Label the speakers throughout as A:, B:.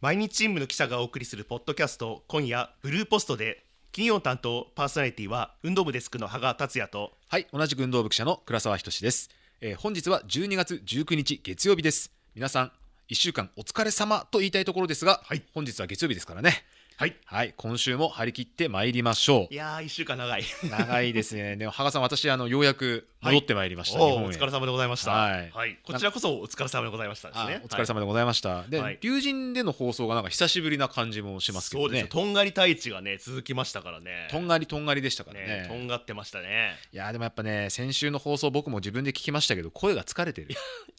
A: 毎日新聞の記者がお送りするポッドキャスト今夜ブルーポストで金曜担当パーソナリティは運動部デスクの羽賀達也と
B: はい、同じく運動部記者の倉沢仁です、えー本日は12月19日月曜日です。皆さん、1週間お疲れ様と言いたいところですが、
A: はい
B: 本日は月曜日ですからね。
A: はい
B: はい、今週も張り切って参りましょ
A: いやー1週間長い
B: う。長いですね。でも、羽賀さん、私、あの、ようやく戻ってまいりました。
A: お
B: 日
A: ー
B: 本
A: お
B: へ
A: 疲れ様でございました、
B: はい
A: こちらこそお疲れ様でございましたです
B: あ
A: ね
B: お疲れ
A: はい
B: 様でございました。で、
A: はい
B: 龍神での放送がなんか久しぶりな感じもしますけ
A: そう
B: ど
A: ですよ
B: ね。
A: とんがり太一がね続きましたからね
B: とんがりとんがりでしたから
A: ね
B: ね。
A: とんがってましたね
B: いやーでもやっぱね先週の放送僕も自分で聞きましたけど声が疲れてる、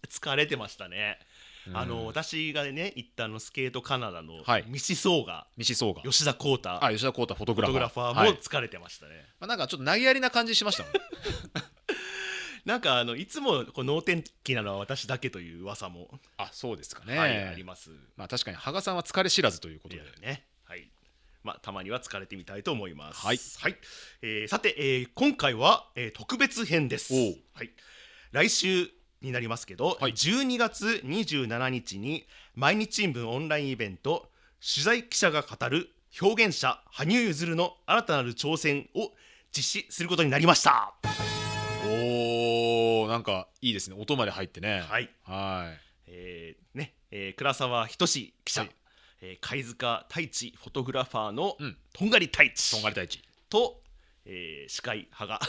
A: 疲れてましたね、
B: うん
A: あの私がね行ったあのスケートカナダの
B: はい
A: ミシソーが
B: 西総が
A: 吉田浩太
B: あ吉田浩太フォトグ
A: フォ
B: ラ
A: ト
B: ファ
A: グラ
B: ー
A: ファー
B: はい
A: も疲れてましたね、
B: まあ、なんかちょっと投げやりな感じしましたもん
A: なんかあのいつもこう能天気なのは私だけという噂も、
B: あそうですかね、
A: はい、あります
B: まあ確かに羽賀さんは疲れ知らずということ
A: で
B: で
A: ねはいまあたまには疲れてみたいと思います
B: はい
A: えーさて、えー今回は、えー特別編です
B: おう
A: はい来週になりますけど、
B: はい
A: 12月27日に毎日新聞オンラインイベント取材記者が語る表現者羽生結弦の新たなる挑戦を実施することになりました
B: おーなんかいいですね音まで入ってね
A: はい
B: はい
A: えーね、えー倉沢仁記者、
B: はい
A: えー貝塚太一フォトグラファーの
B: うん
A: とんがり太一
B: とんがり太一
A: と、えー、司会派が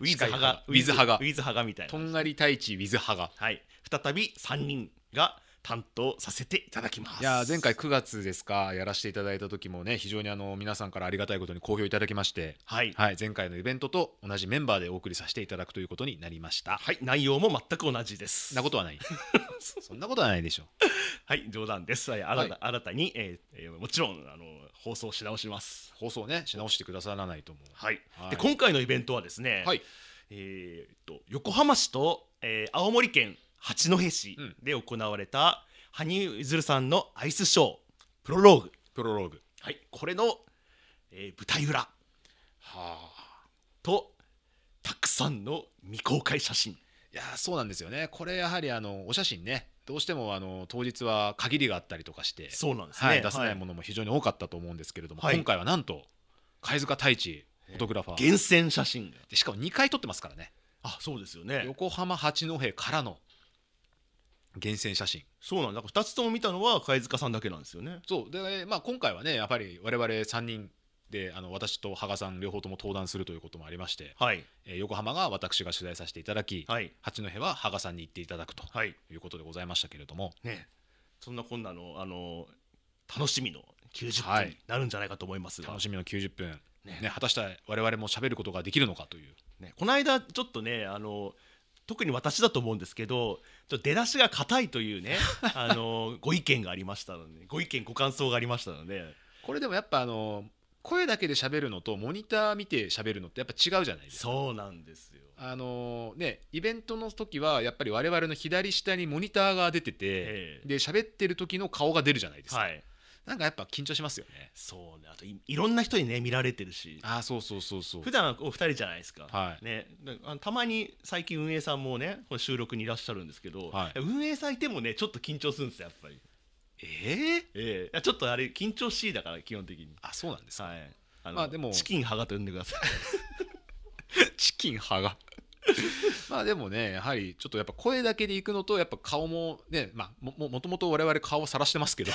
A: ウィズ派が
B: ウィズ派が
A: ウィズ派がみたい
B: と
A: なん
B: がり太一 with 羽賀
A: はい再び三人が担当させていただきます
B: いやー前回9月ですかやらせていただいた時もね非常にあの皆さんからありがたいことに好評いただきまして
A: はい、はい
B: はい前回のイベントと同じメンバーでお送りさせていただくということになりました
A: 内容も全く同じです
B: そんなことはない そんなことはないでしょ
A: はい冗談です、はい新た
B: は
A: 新たに、えーえーもちろんあの放送し直します
B: 放送ねし直してくださらないと思う
A: はい、
B: はい
A: で今回のイベントはですね、
B: はい
A: えーっと横浜市と、えー青森県八戸市
B: うん
A: で行われた羽生結弦さんのアイスショープロローグ、
B: プロローグ
A: はい、これの、えー舞台裏
B: はあ
A: とたくさんの未公開写真
B: いやーそうなんですよね、これやはりあのお写真ね、どうしてもあの当日は限りがあったりとかして、
A: そうなんですね、
B: はい、出せない
A: は
B: ものも非常に多かったと思うんですけれども、
A: はい
B: 今回はなんと、貝塚太一、フォトグラファー、
A: 厳選写真が
B: でしかも2回撮ってますからね、
A: あそうですよね
B: 横浜八戸からの厳選写真、
A: そうなんだ2つとも見たのは貝塚さんだけなんですよね
B: そうでまあ、今回はね、やっぱり我々3人で、あの私と羽賀さん、両方とも登壇するということもありまして、
A: はい
B: えー横浜が私が取材させていただき、
A: はい
B: 八戸は羽賀さんに行っていただくと
A: はい
B: いうことでございましたけれども。
A: ねそんなこんなのあの楽しみの90
B: は
A: 分
B: い
A: になるんじゃないかと思いますが、
B: 楽しみの90分、
A: ね
B: ね果たして我々も喋ることができるのかという
A: ね、この間ちょっとねあの特に私だと思うんですけどちょっと出だしが硬いという ねあのご意見がありましたのでご意見ご感想がありましたので
B: これでもやっぱあの声だけで喋るのとモニター見て喋るのってやっぱ違うじゃないですか。
A: そうなんですよ。
B: あのね、イベントの時はやっぱり我々の左下にモニターが出てて、
A: ええ
B: で喋ってる時の顔が出るじゃないですか、
A: はい、
B: なんかやっぱ緊張しますよね
A: そうねあといいろんな人にね見られてるし
B: ああそうそうそうそう
A: 普段はお二人じゃないですか、
B: はい
A: ね、であのたまに最近運営さんもねこの収録にいらっしゃるんですけど、
B: はい
A: 運営さんいてもねちょっと緊張するんですよやっぱり、
B: ええ
A: ええちょっとあれ緊張しいだから基本的に
B: あそうなんですか、
A: はいあの
B: まあでも
A: チキンハガと呼んでください
B: チキン派がまあでもねやはりちょっとやっぱ声だけでいくのとやっぱ顔もねまあもももともと我々顔をさらして ますけど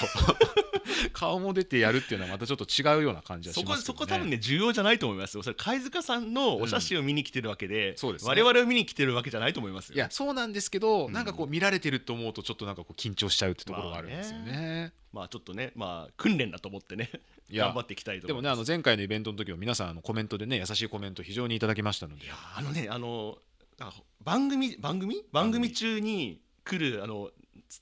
B: 顔も出てやるっていうのはまたちょっと違うような感じは
A: そ
B: し
A: こ
B: ますけ
A: そ
B: ど、
A: こ
B: ね、
A: 多分ね重要じゃないと思いますよそれ貝塚さんのお写真を見に来てるわけで,、
B: そうですね
A: 我々を見に来てるわけじゃないと思いますよ
B: いやそうなんですけど、
A: うん
B: なんかこう見られてると思うとちょっとなんかこう緊張しちゃうってところがあるんですよね,、
A: ままあちょっとねまあ訓練だと思ってね
B: いや
A: 頑張っていきたいと
B: で
A: 思
B: も
A: い
B: ね
A: ま
B: あ
A: す
B: の前回のイベントの時も皆さんあのコメントでね優しいコメント非常にいただきましたので
A: いやあのねあのあ番組番組番組中に来るあの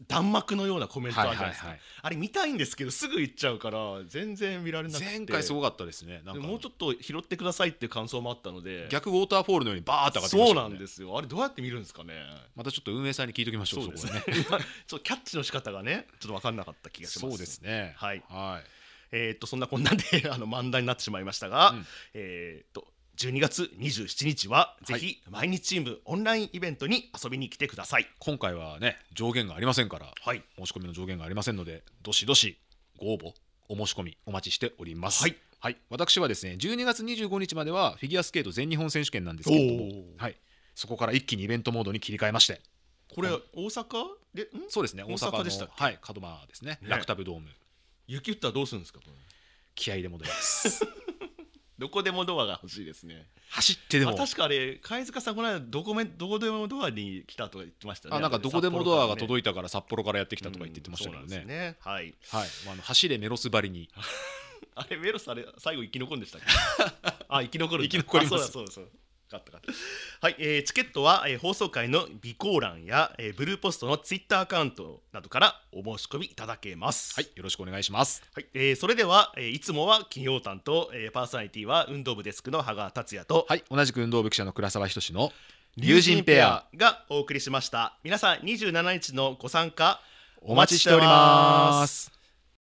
A: 弾幕のようなコメントあるじゃないですか、
B: はいはい
A: あれ見たいんですけどすぐ行っちゃうから全然見られなくて
B: 前回すごかったですねなんか
A: もうちょっと拾ってくださいっていう感想もあったので
B: 逆ウォーターフォールのようにバーッと上がってきま
A: そ
B: し
A: う
B: た
A: な
B: も
A: ん
B: ね
A: ですよあれどうやって見るんですかね
B: またちょっと運営さんに聞いときましょうそこはね
A: ちょっとキャッチの仕方がねちょっと分かんなかった気がします
B: そうですね
A: はい
B: はい
A: えーっとそんなこんなであの漫談になってしまいましたが、
B: うん
A: えーっと12月27日はぜ
B: は
A: ひ毎日新聞オンラインイベントに遊びに来てください。
B: 今回はね上限がありませんから
A: はい、
B: 申し込みの上限がありませんのでどしどしご応募お申し込みお待ちしております
A: はい、
B: 私はですね12月25日まではフィギュアスケート全日本選手権なんですけれども
A: おー、
B: はい、そこから一気にイベントモードに切り替えまして
A: これ大阪でん
B: そうですね大
A: 大
B: 阪
A: 阪
B: の
A: でしたっ
B: はい、門真ですね
A: ね
B: ラクタブドーム
A: 雪降ったらどうするんですかこれ
B: 気合で戻ります
A: どこでもドアが欲しいですね。
B: 走ってでも
A: あ確かあれ貝塚さんこの間どこめどこでもドアに来たとか言ってましたね。
B: あなんかどこでもドアが
A: い
B: 届いたから札幌からやってきたとか言ってましたけどね,、
A: ね。はい。
B: はいまあ、あの走れメロスばりに
A: あれメロスあれ最後生き残るんでしたっけ あ生き残るんだ
B: 生き残ります
A: あそうだそうだそうだ勝った勝ったはい、えーチケットは、えー放送回の備考欄や、えーブルーポストのツイッターアカウントなどからお申し込みいただけます
B: はい、よろしくお願いします
A: はいえーそれでは、えーいつもは金曜担当、えーパーソナリティは運動部デスクの羽賀達也と、
B: はい同じく運動部記者の倉沢仁の龍神ペア
A: がお送りしました皆さん27日のご参加
B: お待ちしております